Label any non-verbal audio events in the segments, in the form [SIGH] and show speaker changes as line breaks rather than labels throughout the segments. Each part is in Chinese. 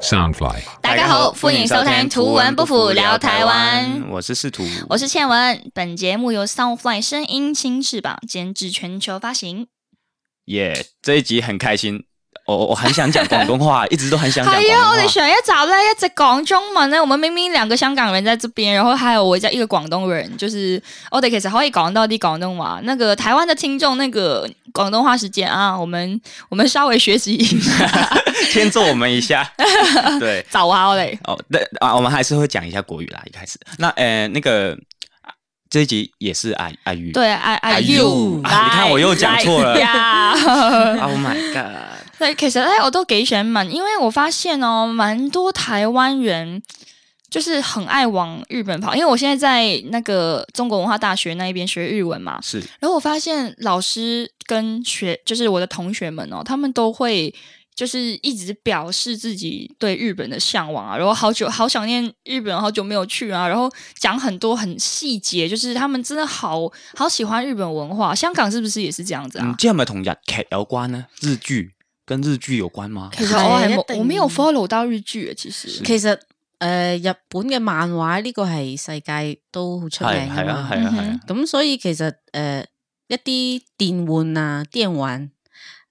Soundfly。
大家好，欢迎收听图文不符聊台湾，
我是试图，
我是倩文。本节目由 Soundfly 声音新翅膀监制，全球发行。
耶这一集很开心，我我我很想讲广东
[LAUGHS]
话，一直都很想讲广
系啊，我哋
东话。
上一集咧一直講中文咧，我們明明兩個香港人在這邊，然後還有我一個廣東人，就是我哋其實可以講到啲廣東話。那個台灣的聽眾，那個廣東話時間啊，我們我們稍微學習一下， [LAUGHS]
先揍我们一下，对
走啊我哋。
哦，对啊，我们还是会讲一下国语啦。一开始，那呃，那个啊这一集也是阿阿鱼，
對，I I
哎
you，哎
呦啊你看我又講錯了
了。
，Oh my God，
[LAUGHS] 对，其實咧我都幾想問，因為我發現哦，蠻多台灣人就是很愛往日本跑，因為我現在在那個中國文化大學那一邊學日文嘛，
是
然後我發現老师跟学，就是我的同学们哦，他们都会就是一直表示自己对日本的向往啊，然后好久好想念日本，好久没有去啊，然后讲很多很细节，就是他们真的好好喜欢日本文化。香港是不是也是这样子啊？
嗯，这有没有同日剧有关呢？日剧跟日剧有关吗？
其实我係
係一
冇，
定
我沒有 follow 到日劇嘅，其實
是
其實诶、呃日本嘅漫畫呢個係世界都好
系
出
系啊
名
系
㗎嘛
啊系啊
嗯哼，
咁所以其實诶、呃一啲電玩啊、電玩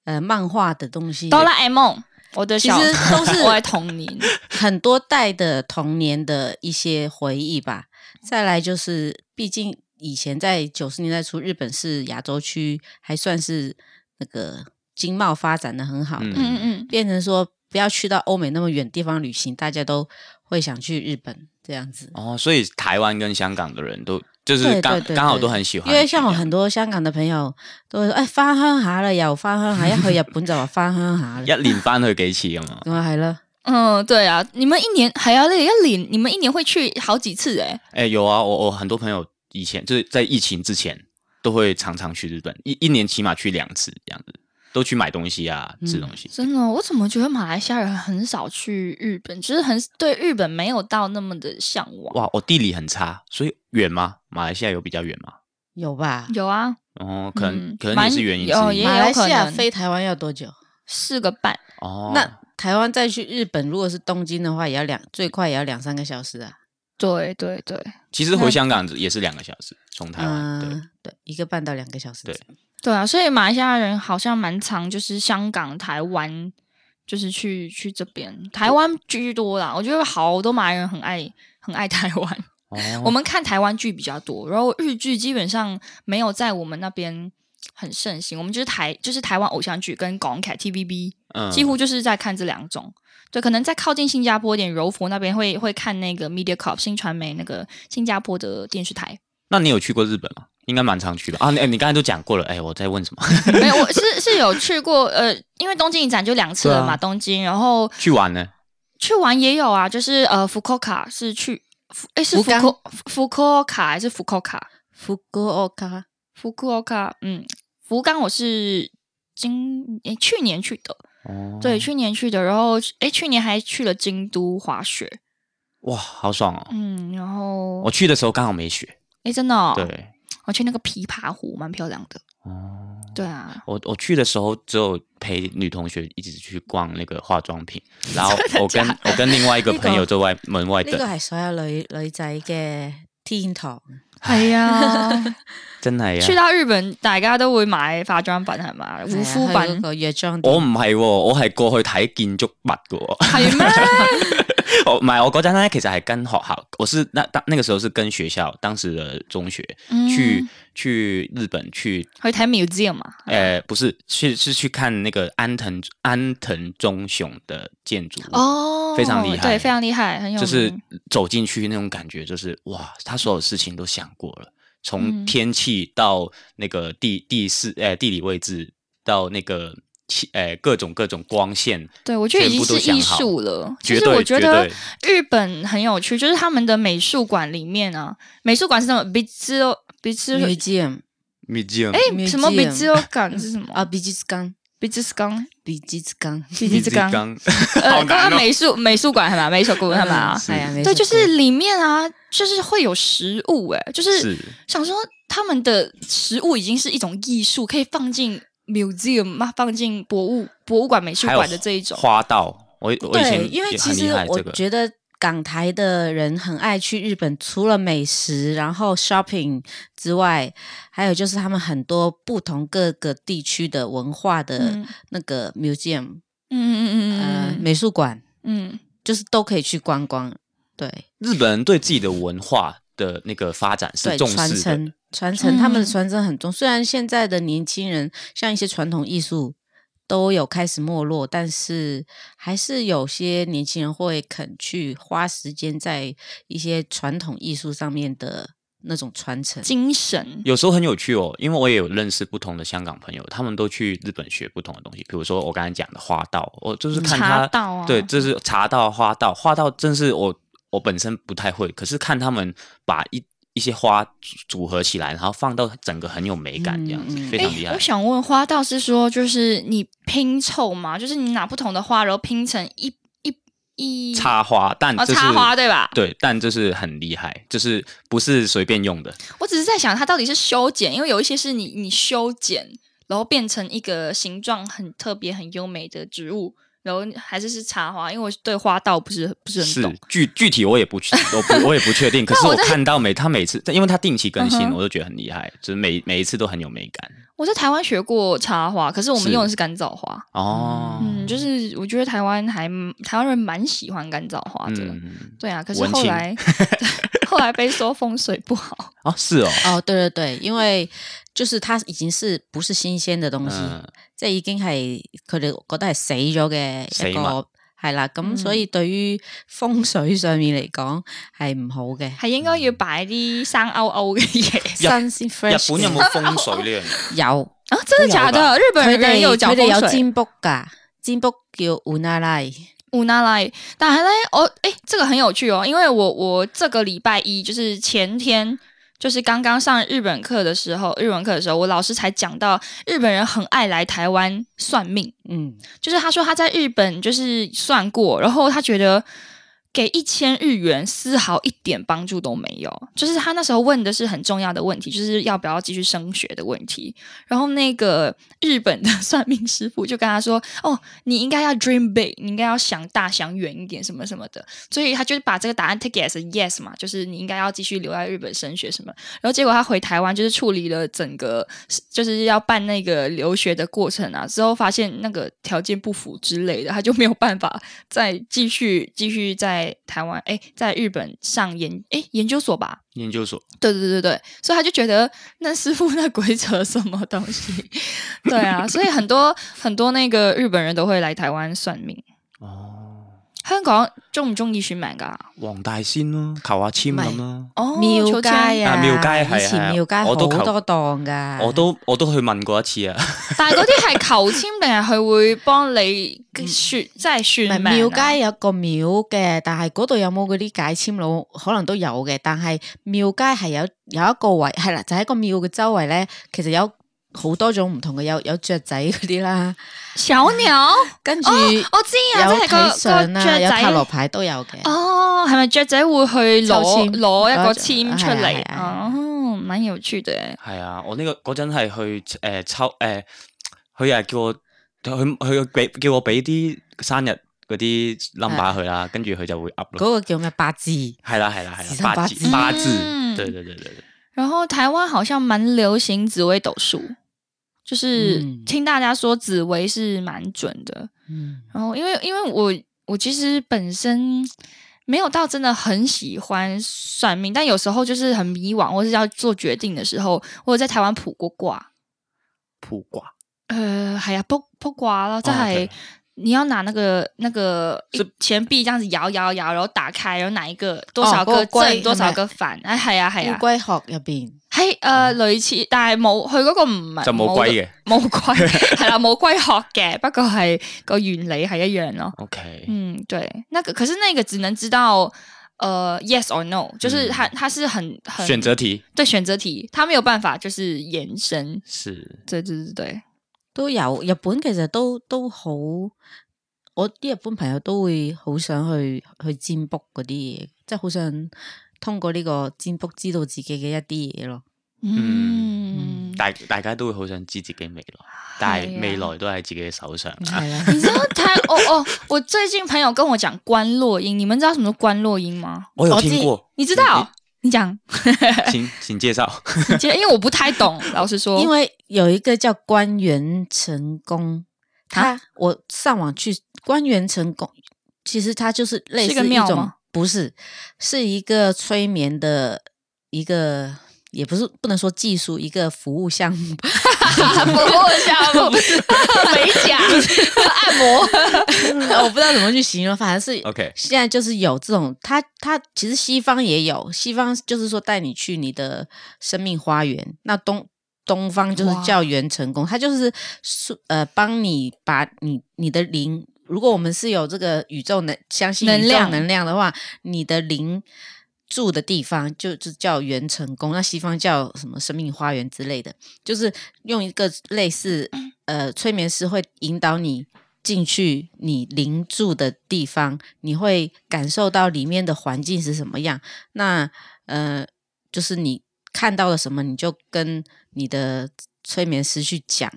诶、呃漫畫的東西，
哆啦 A 夢，我的
其
小
實都是
[LAUGHS] 我的童年。
很多代的童年的一些回憶吧。再来就是，毕竟以前在九十年代初，日本是亚洲区还算是那个经贸发展的很好的，
嗯
嗯嗯
变成说不要去到欧美那么远地方旅行，大家都会想去日本这样子。
哦，所以台湾跟香港的人都就是
对
刚
对对
刚好
对
都很喜欢
因
一样，
为像我很多香港的朋友都會說，哎翻鄉下啦，又翻鄉下，一去日本就話翻鄉下
[LAUGHS]
啦，
一年翻去幾次咁嘛。
咁啊係啦。
嗯，對啊，你們一年還要那一年，你們一年會去好幾次誒、
哎、有啊，我我很多朋友以前就是在疫情之前都会常常去日本，一一年起码去两次这样子，都去买东西啊，
嗯
吃东西。
真的哦，我怎么觉得马来西亚人很少去日本，就是很对日本没有到那么的向往。
哇，我地理很差，所以远吗？马来西亚有比较远吗？
有吧？
有啊，
哦，可能、
嗯
可能也是
蛮
原因之
有
一
也有
马来西
可
亚
能
飞台湾要多久？
四个半，
哦。
那台湾再去日本，如果是东京的话，也要两最快也要两三个小时啊。
对对对
其实回香港也是两个小时，从台湾、对。
嗯，对，一个半到两个小时。
对
对啊，所以马来西亚人好像蛮常就是香港、台湾，就是去去这边，台湾居多啦。我觉得好多马来人很爱很爱台湾，
哦
我们看台湾剧比较多，然后日剧基本上没有在我们那边很盛行，我们就是台就是台湾偶像剧跟港剧 TVB。
嗯
几乎就是在看这两种。对，可能在靠近新加坡一点，柔佛那边会会看那个 MediaCorp 新传媒那个新加坡的电视台。
那你有去过日本吗？应该蛮常去的啊。你、哎你刚才都讲过了，哎、我在问什么？
没有，我是是有去过，呃，因为东京影展就两次了嘛，
对啊
东京，然后
去玩呢？
去玩也有啊，就是呃，福柯卡是去，福诶是
福
福柯福柯卡还是福柯卡？
福冈卡
福柯卡，嗯，福冈我是今诶去年去的，
哦，
对，，去年去的，然后诶去年还去了京都滑雪，
哇，好爽哦！
嗯，然后
我去的时候刚好没雪，
诶真的、哦，
对，
我去那个琵琶湖，蛮漂亮的。
哦。
对
[LAUGHS]
啊，
我我去的时候只有陪女同学一起去逛那个化妆品，然后我跟我跟另外一个朋友在外门
哎
外
呢
等，
个系所有女女仔嘅天堂。
哎呀，
真
去
系啊！
到日本，大家都會買化妝品係
哎
嘛，護膚
係啊去嗰
品
个药妆
我
哦
店，
唔係喎，我係過去睇建築物嘅喎。 [LAUGHS] 哦
係咩？
我唔係我嗰陣咧，其實係跟學校，我是那當那個時候是跟學校當時的中學
[LAUGHS] 嗯
去、去日本去，
去睇 museum 啊嘛，
呃，不是去是去看那個安藤安藤忠雄的建築物
哦，
非常厲害
对，非常厲害，很有
就是
名
走进去那种感觉，就是哇，他所有事情都想过了，
嗯
从天气到那个地地势，呃，地理位置到那个气，呃，各种各种光线，
对我觉得已经是艺术了。其
绝
实
对
我觉
绝
得
对
日本很有趣，就是他們的美術館里面啊，美術館是那种 b i z o b i z o
museum
museum，
哎、
museum
什么 b i z o 感是什么
[LAUGHS] 啊，美術館，
b i z o 港
美術
[LAUGHS]
館，
b i z o 港，
哦
呃，刚刚美術美術館係
嗯
嘛，美術館係嘛，
系啊，
啊对，
美術館
就是里面啊，就是会有食物、欸，就是
是
想说他们的食物已经是一种艺术，可以放进 museum 嘛，放进博物博物馆、美术
还有
馆的这一种。
花道，我我以
对，
前
因为
也
其
很
实
厉害
我
这个，
觉得港台的人很爱去日本，除了美食，然后 shopping 之外，还有就是他们很多不同各个地区的文化的
嗯
那个 museum，、
嗯嗯
呃，
嗯嗯
美术馆，
嗯
就是都可以去观光。对
日本人对自己的文化的那个发展是
对，
重
传
视的
承。传承，他们的
嗯
传承很重。虽然现在的年轻人像一些传统艺术都有开始没落，但是还是有些年轻人会肯去花时间在一些传统艺术上面的那种传
嗯，。
承
精神，
有时候很有趣哦，因为我也有认识不同的香港朋友，他们都去日本学不同的东西，比如说我刚才讲的花道，我就是看
茶
他，
道啊
对，这是茶道、花道，花道真是我我本身不太会，可是看他们把一一些花组组合起来，然后放到整个很有美感这样子，
嗯嗯
非常厉
诶
害
我。想问，花道是说就是你拼凑吗？就是你拿不同的花，然后拼成一一一
插花，但
哦
这是、
插花对吧
对，但就是很厉害，就是不是随便用的。
我只是在想，它到底是修剪，因为有一些是你你修剪，然后变成一个形状很特别、很优美的植物，然后还是是插花，因为我对花道不是不是很
是
懂。
具具体我也不我不我也不
[LAUGHS]
确定，可是
那我
我
在
看到每他每次，因为他定期更新
嗯，哼
我都觉得很厉害，就是每每一次都很有美感
我在台湾学过插花，可是我们
是
用的是干燥花。
哦。
嗯，就是我觉得台湾还台湾人蛮喜欢干燥花的。
嗯，
对啊，可是
文
后
青
来 [LAUGHS] 后来被说风水不好。
哦是哦，
哦，对对对，因为就是它已经是不是新鮮嘅東西，
嗯
即係已經係佢哋覺得係死咗嘅一
死物
個係啦。咁、
嗯
所以對於風水上面嚟講係唔好嘅。
係應該要擺啲生勾勾嘅嘢
新鮮 fresh
日本有
嘅
[LAUGHS]
冇風水呢樣嘢？
[LAUGHS] 有？
啊！真的假
都有
的？日本
佢
人
哋
有
佢
講
哋
風
有
水。
占卜噶，占卜叫 unalai，
无奈来，但系咧，我诶、这个很有趣哦，因为我我这个礼拜一就是前天，就是刚刚上日本课的时候，日文课的时候，我老师才讲到日本人很爱来台湾算命，
嗯，
就是他说他在日本就是算过，然后他觉得给一千日元丝毫一点帮助都没有。就是他那时候问的是很重要的问题，就是要不要继续升学的问题。然后那个日本的算命师傅就跟他说：“哦，你应该要 dream big，你应该要想大想远一点，什么什么的。”所以他就把这个答案 take as a yes 嘛，就是你应该要继续留在日本升学什么。然后结果他回台湾，就是处理了整个就是要办那个留学的过程啊，之后发现那个条件不符之类的，他就没有办法再继续继续在台湾 [LAUGHS] 哎，在日本上研哎研究所吧。
研究所
对对对对，所以他就觉得那师傅那鬼扯什么东西，对啊，所以很多很多那个日本人都会来台湾算命。
哦，
香港中唔中意算命噶？
黃大仙咯，求下簽咁啦。
哦，
廟
求
街
籤
啊，
啊廟街係
以前廟街
係
好
我都求
多檔噶，
我都我都去問過一次啊， [LAUGHS]
但系嗰啲系求签定系佢会帮你算，即系
嗯唔係
算命、
廟
啊？
街有個廟嘅，但係嗰度有冇嗰啲解簽佬？可能都有嘅，但係廟街係有有一個位係啦，就喺個廟嘅周圍咧，其實有。好多種唔同嘅，有有雀仔嗰啲啦，
小鸟，
跟住
哦
有
我知啊，即系
睇
个
相
个
啦，
雀
有塔羅
仔。
牌都有嘅。
哦，系咪雀仔会去
抽
攞
籤
攞一
攞
个
一
签
張
出
係
嚟？
啊係啊
哦，蛮有趣的耶。
係啊，我呢個嗰陣係去誒抽誒，佢又係叫我佢佢俾叫我俾啲生日嗰啲 number 佢啦，跟住佢就會 up 咯。
啊嗰個叫咩八字？
系啦系啦
時
系
辰
啦，
八
八
字
字八
嗯
字，对对对对对，
然后台湾好像蛮流行紫微斗数，就是
嗯
听大家说紫微是蛮准的。
嗯，
然后因为因为我我其实本身没有到真的很喜欢算命，但有时候就是很迷惘或是要做决定的时候，我有在台湾卜过卦。
铺挂
呃，系啊，卜卜卦咯，即
哦
系
，OK
你要拿那个那个
是哦
一钱币这样子摇摇摇，然后打开，然后哪一个多少
嗰
个
個龜
正，多少
係咪
个反，哎系啊系
烏
啊，
龜殼入邊。
系诶类似，但系冇佢嗰個唔係
哦
啊
就冇龜嘅，
冇龜
[LAUGHS]
係啦，冇龜殼嘅，不過係個原理係一樣咯。
，OK，
嗯，对，那个可是那个只能知道呃 yes or no，就是它它是很很
选择
嗯
题
对选择题，它没有办法就是延伸，
是
对对对对，
都有日本其實都都好，我啲日本朋友都會好想去去
[LAUGHS]
占卜嗰啲嘢，即係好想通過呢個占卜知道自己嘅一啲嘢咯。
嗯，
大大家都會好想知自己未來，但
啊
係未來都喺自己嘅手上。啊
係啦
你知道台哦哦，我最近朋友跟我讲关落音，你们知道什么是关落音吗？
我有
我自己
聽過，
你知道？你讲， [LAUGHS]
請請介紹。
你接因为我不太懂，老实说，
因为有一个叫官员成功，他我上网去官员成功，其实它就是类
是
似
个
一
庙
种
吗，
不是，是一个催眠的一个，也不是不能说技术，一个服务项目。
不过下不 [LAUGHS] 美甲 [LAUGHS] 按摩，
[LAUGHS] 我不知道怎么去形容，反正是 [LAUGHS]
OK，
现在就是有这种，它它其实西方也有，西方就是说带你去你的生命花园，那东东方就是教员成功，它就是是呃帮你把你你的灵，如果我们是有这个宇宙能相信
能
宇宙
量
能量的话，你的灵。住的地方就就叫元成功，那西方叫什么生命花园之类的，就是用一个类似
嗯
呃催眠师会引导你进去你临住的地方，你会感受到里面的环境是什么样。那呃，就是你看到了什么，你就跟你的催眠师去讲，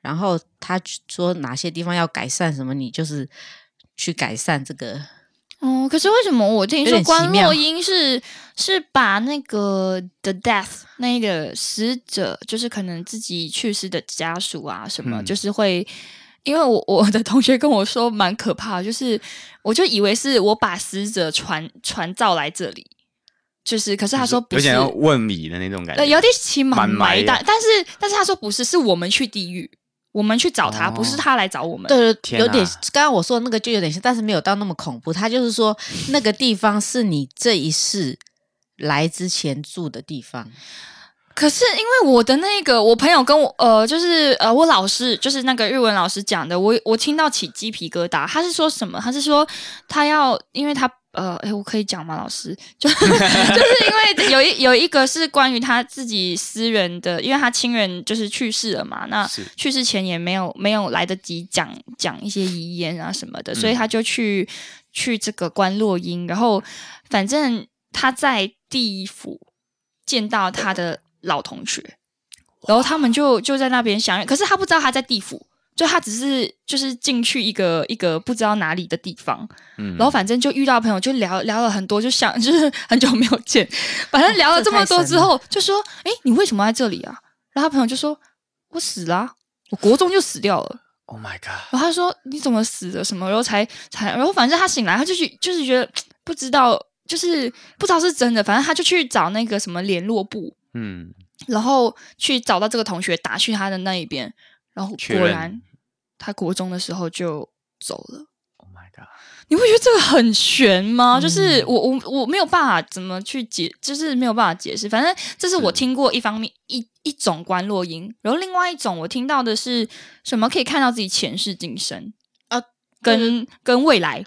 然后他去说哪些地方要改善什么，你就是去改善这个。
哦，可是为什么我听
有
说
点奇
关
妙
洛音是是把那个 the death 那个死者，就是可能自己去世的家属啊什么，
嗯
就是会。因为我我的同学跟我说蛮可怕的，就是我就以为是我把死者传传召来这里，就是可是他说不
有
是
點，要問米的那種感覺。
对，有点起蛮
蛮埋
埋
的
但但是但是他说不是，是我们去地狱，我们去找他，
哦
不是他来找我们。
对，
天
有点
哪
刚刚我说的那个就有点像，但是没有到那么恐怖。他就是 [LAUGHS] 说那个地方是你这一世来之前住的地方。
可是因为我的那个，我朋友跟我呃，就是呃，我老师就是那个日文老师讲的，我我听到起鸡皮疙瘩。他是说什么？他是说他要，因为他呃，诶，我可以讲吗？老师， [LAUGHS] 就就是因为有一有一个是关于他自己私人的，因为他亲人就是去世了嘛，那
是
去世前也没有没有来得及讲讲一些遗言啊什么的，所以他就去、去这个关洛英，然后反正他在地府见到他的老同学，然后他们就就在那边相遇，可是他不知道他在地府。就他只是就是进去一个一个不知道哪里的地方，
嗯
然后反正就遇到朋友就聊聊了很多，就想就是很久没有见，反正聊了这么多之后， [LAUGHS] 就说：“哎，你为什么在这里啊？”然后他朋友就说：“我死啦、我国中就死掉了。
Oh my god！”
然后他说：“你怎么死的？什么？”然后才才，然后反正他醒来，他就去就是觉得不知道，就是不知道是真的，反正他就去找那个什么联络部，
嗯，
然后去找到这个同学，打去他的那一边，然后
确
果
认
然他国中的时候就走了。
Oh my god！
你会觉得这个很悬吗？
嗯
就是我我我没有办法怎么去解，就是没有办法解释。反正这是我
是
听过一方面一一种观落音，然后另外一种我听到的是什么可以看到自己前世今生
啊，
跟跟未来。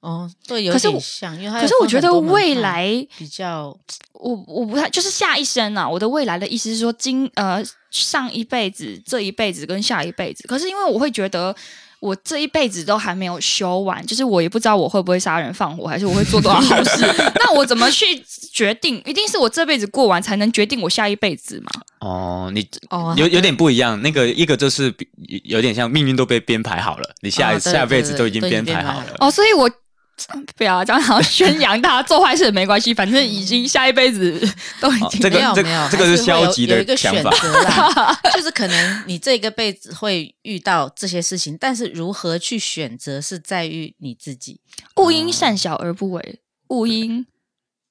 哦，对，有
可是
点
我
像，因为它
可是
有
我
分
觉
很
得
多门
未
派
来
比较
我我不太就是下一生啊，我的未来的意思是说今呃上一辈子、这一辈子跟下一辈子。可是因为我会觉得我这一辈子都还没有修完，就是我也不知道我会不会杀人放火，还是我会做多少好 [LAUGHS] 事。那我怎么去决定？一定是我这辈子过完才能决定我下一辈子嘛？
哦，你
哦
有有点不一样，那个一个就是比有点像命运都被编排好了，你下、
哦对
下辈子
对
都已经
对
编
都已
排
经编排
好
好
了。
哦，所以我。 [LAUGHS] 不要啊这样，好像宣扬大家做坏事也没关系，反正已经下一辈子都已
哦
经、
这个
没有
这
没有，
这个
还
是
是
消
会有
极
有
的
一个
想
选
法
择 [LAUGHS] 啦，就是可能你这个辈子会遇到这些事情，但是如何去选择是在于你自己。
勿因善小而不为，勿因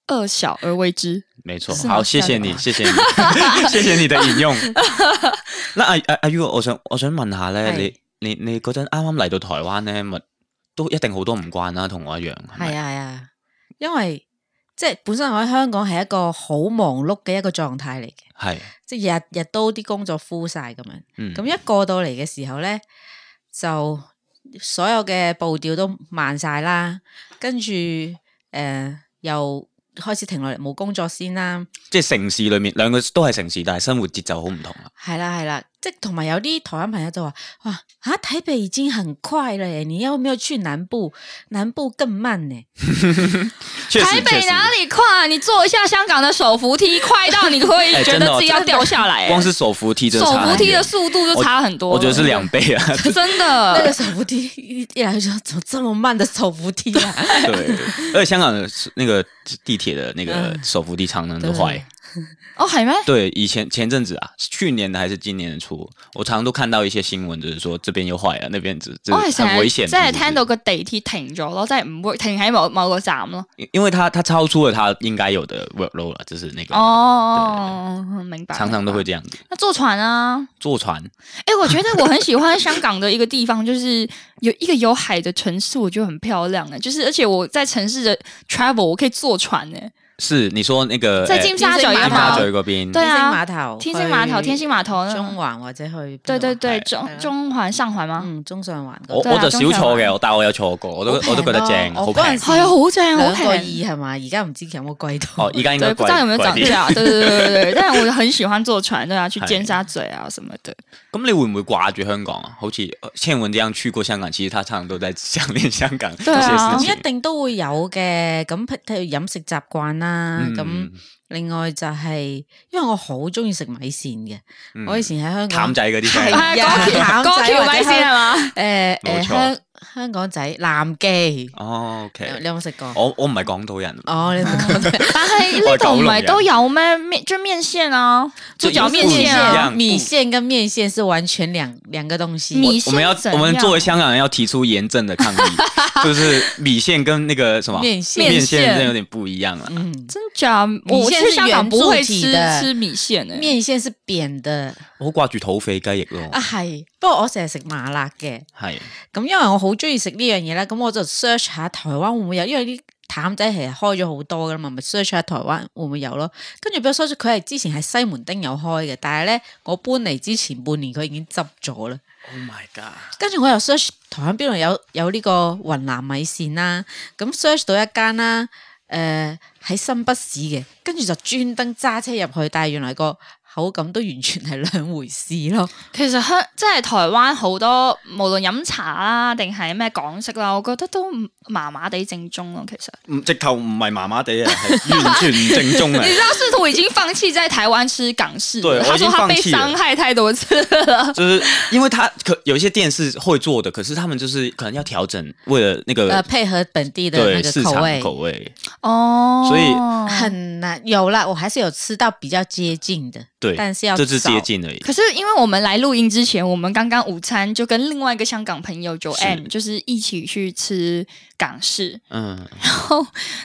恶小而为之。
没错，
是吗
好，谢谢
这
你，
样
谢谢你，谢谢你 [LAUGHS] 的引用。嗱，阿阿阿 U，我想我想問下咧，
係
你你你嗰陣啱啱嚟到台灣咧，咪都一定好多唔慣啦，同我一樣。係咪
係啊係啊，因為即係本身我喺香港係一個好忙碌嘅一個狀態嚟嘅，
係，
即係日日都啲工作 full 晒咁樣。
嗯，
咁一過到嚟嘅時候咧，就所有嘅步調都慢晒啦，跟住诶又開始停落嚟冇工作先啦，
即係城市裏面兩個都係城市，但係生活節奏好唔同啦。啊
係啦係啦，即係同埋有啲台灣朋友就話：哇啊，台北已經很快了耶，你要沒有去南部？南部更慢呢。
确实
台
确
北
实
哪里快？啊你坐一下香港的手扶梯，快到你会
[LAUGHS] 哎
觉
真的
得
哦
自己要掉下来、哎
光是手扶梯真的
手
差很
扶梯的
远
速度就差很多
我觉得是
了
两倍
[LAUGHS]
啊，
真
那个
的。
手扶梯 [LAUGHS] 一一来就说怎么这么慢的手扶梯啊？
对，而且香港的那个地铁的那个
嗯
手扶梯常常都坏
对。
哦，海咩？
对，以前前阵子啊，去年的还是今年的初，我常常都看到一些新闻，就是说这边又坏了，那边只这
我係
很
哦成
危
日
險。
即係
是不是
聽到個地鐵停咗咯，即係唔會停喺某某個站咯。
因因為它它超出了它應該有的 workload 了，就是那个
哦，明白。
常常都會
明白。
這樣子。
那坐船啊，
坐船
哎、我觉得我很喜欢香港的一个地方，就是有一个有海的城市，我觉得很漂亮哎、就是而且我在城市的 travel，我可以坐船哎、
是你說那個
在
呃
尖沙咀
尖
有
沙
尖
冇
沙咀
咀
嗰邊，
[LAUGHS] 對啊
天星碼頭，
天星碼頭
去
天星碼頭那個
中環或者去邊度
对
啊
对對，
係
中
係啊
中環上環嗎？
嗯，中上環嗰
我
度
對啊
我就少
中上
坐嘅，我但我有坐過，我都
好平
我都覺得正，
咯
好
我嗰
平
陣。時
係啊，好正，好
兩個二
平。
係嘛？而家唔知有冇貴到。
哦，而家應該
对，不知道有沒有
貴
涨
貴
对
啲。
啊，對對對對 [LAUGHS] 對，但是我很喜歡坐船，對啊，去
係
尖沙咀啊什麼的。
咁你會唔會掛住香港啊？好似呃倩文這樣去過香港，其實他常常都在想念香港
對
這
啊
些
我
事
咁
情
一。定都會有嘅，咁譬譬如飲食習慣啦，
嗯
啊咁、另外就係、因為我好中意食米線嘅，
嗯
我以前喺香港
淡仔嗰啲
係啊
真
哎高橋
淡仔
高橋
或者
米線係嘛？
誒
冇
誒
錯
香香港仔南記，
哦，OK，
你有冇食過？
我我唔係港島人，
哦，你有冇講到
但係呢度唔係都有咩面，就面線啊，
[LAUGHS] 就
豬腳面
不一
線啊
樣。
米線跟面線是完全兩兩個東西。
米
我們要
線怎
我們
樣
作為香港人要提出嚴正的抗
[LAUGHS]
議，就是米線跟那個什麼
面線
面
面線
線真的有點不一樣啊。
嗯，
真假？我
線
去
是
香港
圓
不
柱
會
體
吃
的
吃欸米線
嗯
诶、
面線是扁的
我好掛住土匪雞翼咯，
啊，係。不過我成日食麻辣嘅，
係
咁因為我好中意食呢樣嘢啦，咁我就 search 下台灣會唔會有，因為啲淡仔其實開咗好多噶啦嘛，咪 search 下台灣會唔會有咯。跟住俾我 search，佢係之前喺西門町有開嘅，但係咧我搬嚟之前半年佢已經執咗啦。
Oh my god！
跟住我又 search 台灣邊度有有呢個雲南米線啦，咁 search 到一間啦，誒、呃喺新北市嘅，跟住就專登揸車入去，但係原來個口感都完全係兩回事咯。
其實香即係台灣好多，無論飲茶啦，定係咩港式啦，我覺得都唔麻麻地正宗咯。其實，
唔嗯直頭唔係麻麻地啊，係 [LAUGHS] 完全唔正宗
[LAUGHS]
啊
你！知道仕途已經放棄在台灣吃港式了，
對我
他說
已經
他
放
被
棄了
傷害太多次了。
就是因為他可有一些店是會做的，可是他們就是可能要調整，為了那
誒、
個
呃配合本地的那
對
個
市
口
場
味，
口味，
哦，
所以
很
嗯
難有啦，我還是有吃到比較接近的，
對，
但是要
就是
找
接近
[LAUGHS]
而已。
可是因為我們來錄音之前，我們剛剛午餐就跟另外一個香港朋友 j o
是
a n 就是一起去吃港式，
嗯，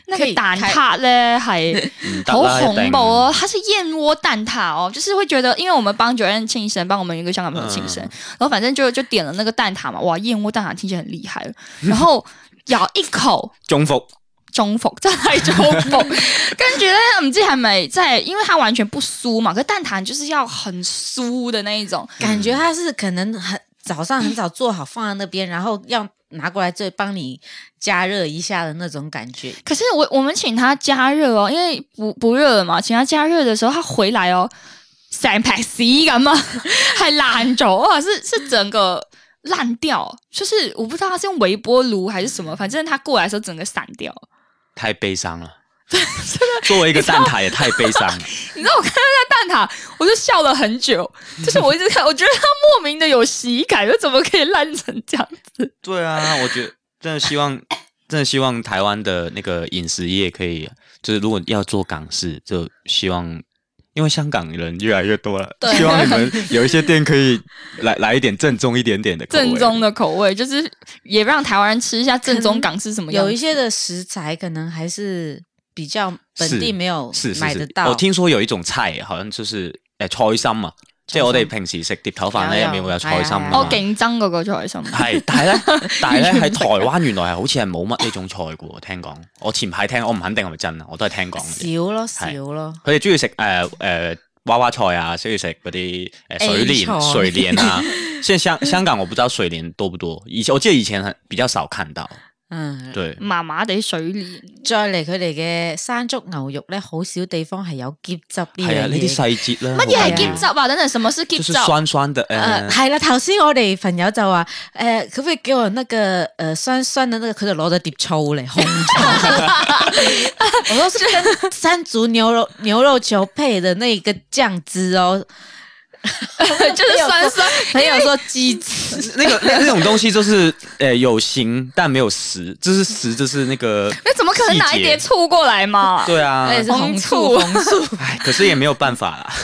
那
可
個
以
蛋
開
撻咧
[LAUGHS]
係。
唔得
好
啦一
恐
定
怖哦！它是燕窝蛋挞哦，就是会觉得，因为我们帮九人庆生，帮我们一个香港朋友庆生，
嗯
然后反正就就点了那个蛋挞嘛，哇，燕窝蛋挞听起来很厉害了，然后咬一口。
中伏。
中伏 [LAUGHS] 真係中伏，跟住咧唔知係咪即係，因為它完全不酥嘛，可是蛋挞就是要很酥的那一種，
感
嗯
覺它是可能很早上很早做好放在那邊，然後要拿過來再幫你加熱一下的那種感覺。
可是我我们请他加热哦，因为不不热了嘛，请他加热的时候，他回来哦，成劈屎咁啊， [LAUGHS] 还烂咗啊，是是整个烂掉，就是我不知道他是用微波炉还是什么，反正他过来的时候整个散掉。
太悲伤了。 [LAUGHS] 作为一个蛋挞也太悲伤了，
你知道我看到那蛋挞，我就笑了很久，就是我一直看，我觉得他莫名的有喜感，就怎么可以烂成这样子？
对啊，我觉得真的希望，真的希望台湾的那个饮食业可以，就是如果要做港式，就希望，因为香港人越来越多了，
对
希望你
[LAUGHS]
们有一些店可以来来一点正宗一点点的口味
正宗的口味，就是也让台湾人吃一下正宗港式什 [LAUGHS] 么样子。
有一些的食材可能还是比较本
是
地没有
是是
买得
是
到。
我聽說有一種菜，好像就是誒菜心啊，即係我哋平時食碟頭飯咧，
有
入面會有菜心
係
啊
啊
嘛
係啊
我勁憎哦嗰個菜心。
係，但係
[LAUGHS]
咧，但係咧喺台灣原來係好似係冇乜呢種菜嘅喎，聽講。我前排聽，我唔肯定係咪真啊，我都係聽講嘅啫。
少咯，少
係
咯，
佢哋中意食誒誒娃娃菜啊，中意食嗰啲誒
A
水
菜
蓮
[LAUGHS]
水蓮啊。現在香香港我不知道水蓮多不多，以前我記得以前很比較少看到，
嗯，
對，
麻麻地水蓮，
再嚟佢哋嘅山竹牛肉咧，好少地方係有結汁呢
係啊，
樣
呢啲
嘢。
細節啦，
乜嘢
好
係
緊要
keep 啊？等等，什麼是 keep
就是酸酸的，呃
誒
誒，
呃係啦，頭先我哋朋友就話，誒、可唔可以叫我那個誒、呃酸酸的那個，佢就攞咗碟醋嚟烘咗。我都是跟山竹牛肉牛肉球配的那個醬汁哦，
[LAUGHS] 就是酸 [LAUGHS] 酸。，
朋友说鸡汁，
那个那那种东西就是，呃，有形但没有实，就是实就是那
[LAUGHS]
个
那哎怎么可能拿一碟？醋过来嘛？
对啊，
而且是红
红
醋
醋
红醋。
唉，可是也没有办法
[LAUGHS]
啦，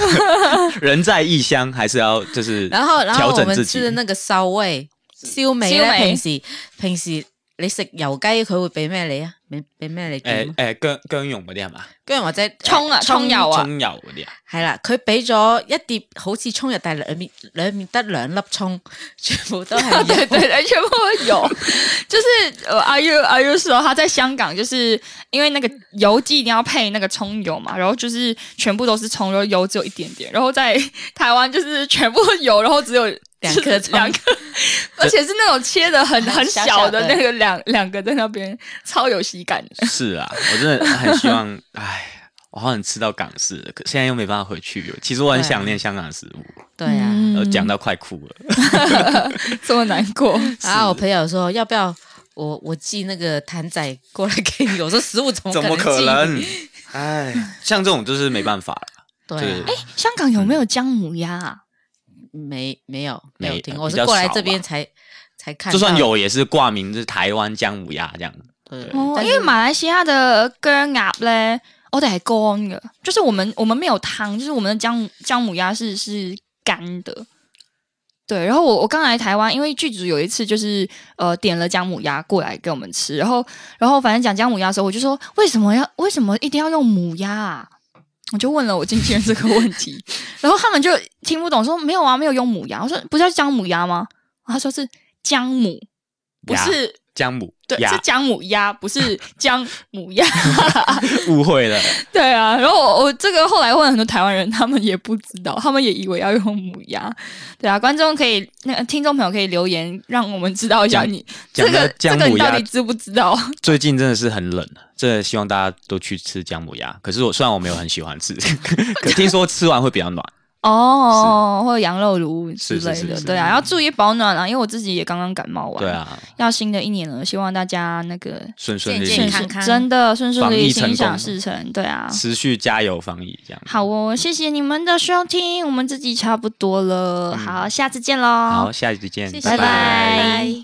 人在异乡还是要就是，
然後然後
调
我
整自己
們吃。的那個燒味燒味
燒
咧，
味
平時平時你食油雞佢會俾咩你啊？俾俾咩你煮啊？
诶诶，姜姜蓉嗰啲系嘛？
跟住或者
葱 [LAUGHS] 啊葱油啊
葱油嗰啲啊，
係啦，佢俾咗一碟好似葱油，但係兩面兩面得兩粒葱， [LAUGHS] 全部
[LAUGHS]
都係
哦对
油。
对对，全部都有。 [LAUGHS] 就是呃阿 U 阿 U 说他在香港，就是因为那个油鸡一定要配那个葱油嘛，然后就是全部都是葱，然后油只有一点点。然后在台湾就是全部都油，然后只有
两颗
就是
葱
[LAUGHS] 两颗，而且是那种切的很很
很小
小的
小的
那个两两个在那边，超有喜感的。
是啊，我真的很希望，唉，我好想吃到港式的，可现在又没办法回去。其实我很
对啊
想念香港食物，
對
嗯
啊，
呃讲到快哭了。
这么难过，
然啊後我朋友說要不要我我寄那個譚仔過來給你？我說食物怎
怎
么
么可
寄？
能？唉，像这种就是没办法了，
对
就
啊
是。
[LAUGHS] 香港有没有姜母鸭啊？
没没有没
没
有听
呃
过，我
比
是
较
过来
少
这边
吧
才才看
就
到。
算有也是挂名，就是台湾姜母鸭这样。
对，
哦，
但
因为
是
马来西亚的姜鸭咧，我哋系干嘅，就是我们我们没有汤，就是我们的姜姜母鸭是是干的。对，然后我我刚来台湾，因为剧组有一次就是呃点了姜母鸭过来给我们吃，然后然后反正讲姜母鸭的时候，我就说为什么要为什么一定要用母鸭啊？我就问了我经纪人这个问题，然后他们就听不懂，说没有啊，没有用母鸭。我说不是叫姜母鸭吗？他说是姜母，不
鸭
是
姜母
对，是
鸭，
姜母鸭，不是姜母鸭。
误会了。
[LAUGHS] 对啊，然后我我这个后来问很多台湾人，他们也不知道，他们也以为要用母鸭。对啊，观众可以，那个听众朋友可以留言，让我们知道一下
讲
你这
讲到
个这
姜
个你
母
到
鸭
底，知不知道？
最近真的是很冷，啊真的希望大家都去吃姜母鸭。可是我虽然我没有很喜欢吃， [LAUGHS] 可听说吃完会比较暖。
哦，或者羊肉炉之类的。
是是是是
对啊，要注意保暖啊，因为我自己也刚刚感冒完。
对，啊，
要新的一年了，希望大家那个
顺顺利
健
利
健，
顺
康
顺真的顺顺利利，
防疫成
心想
功
事成。对啊，
持续加油防疫这样。
好哦，谢谢你们的收听，我嗯们自己差不多了，好，下次见喽，
好，下一集见，
谢谢
拜
拜
拜。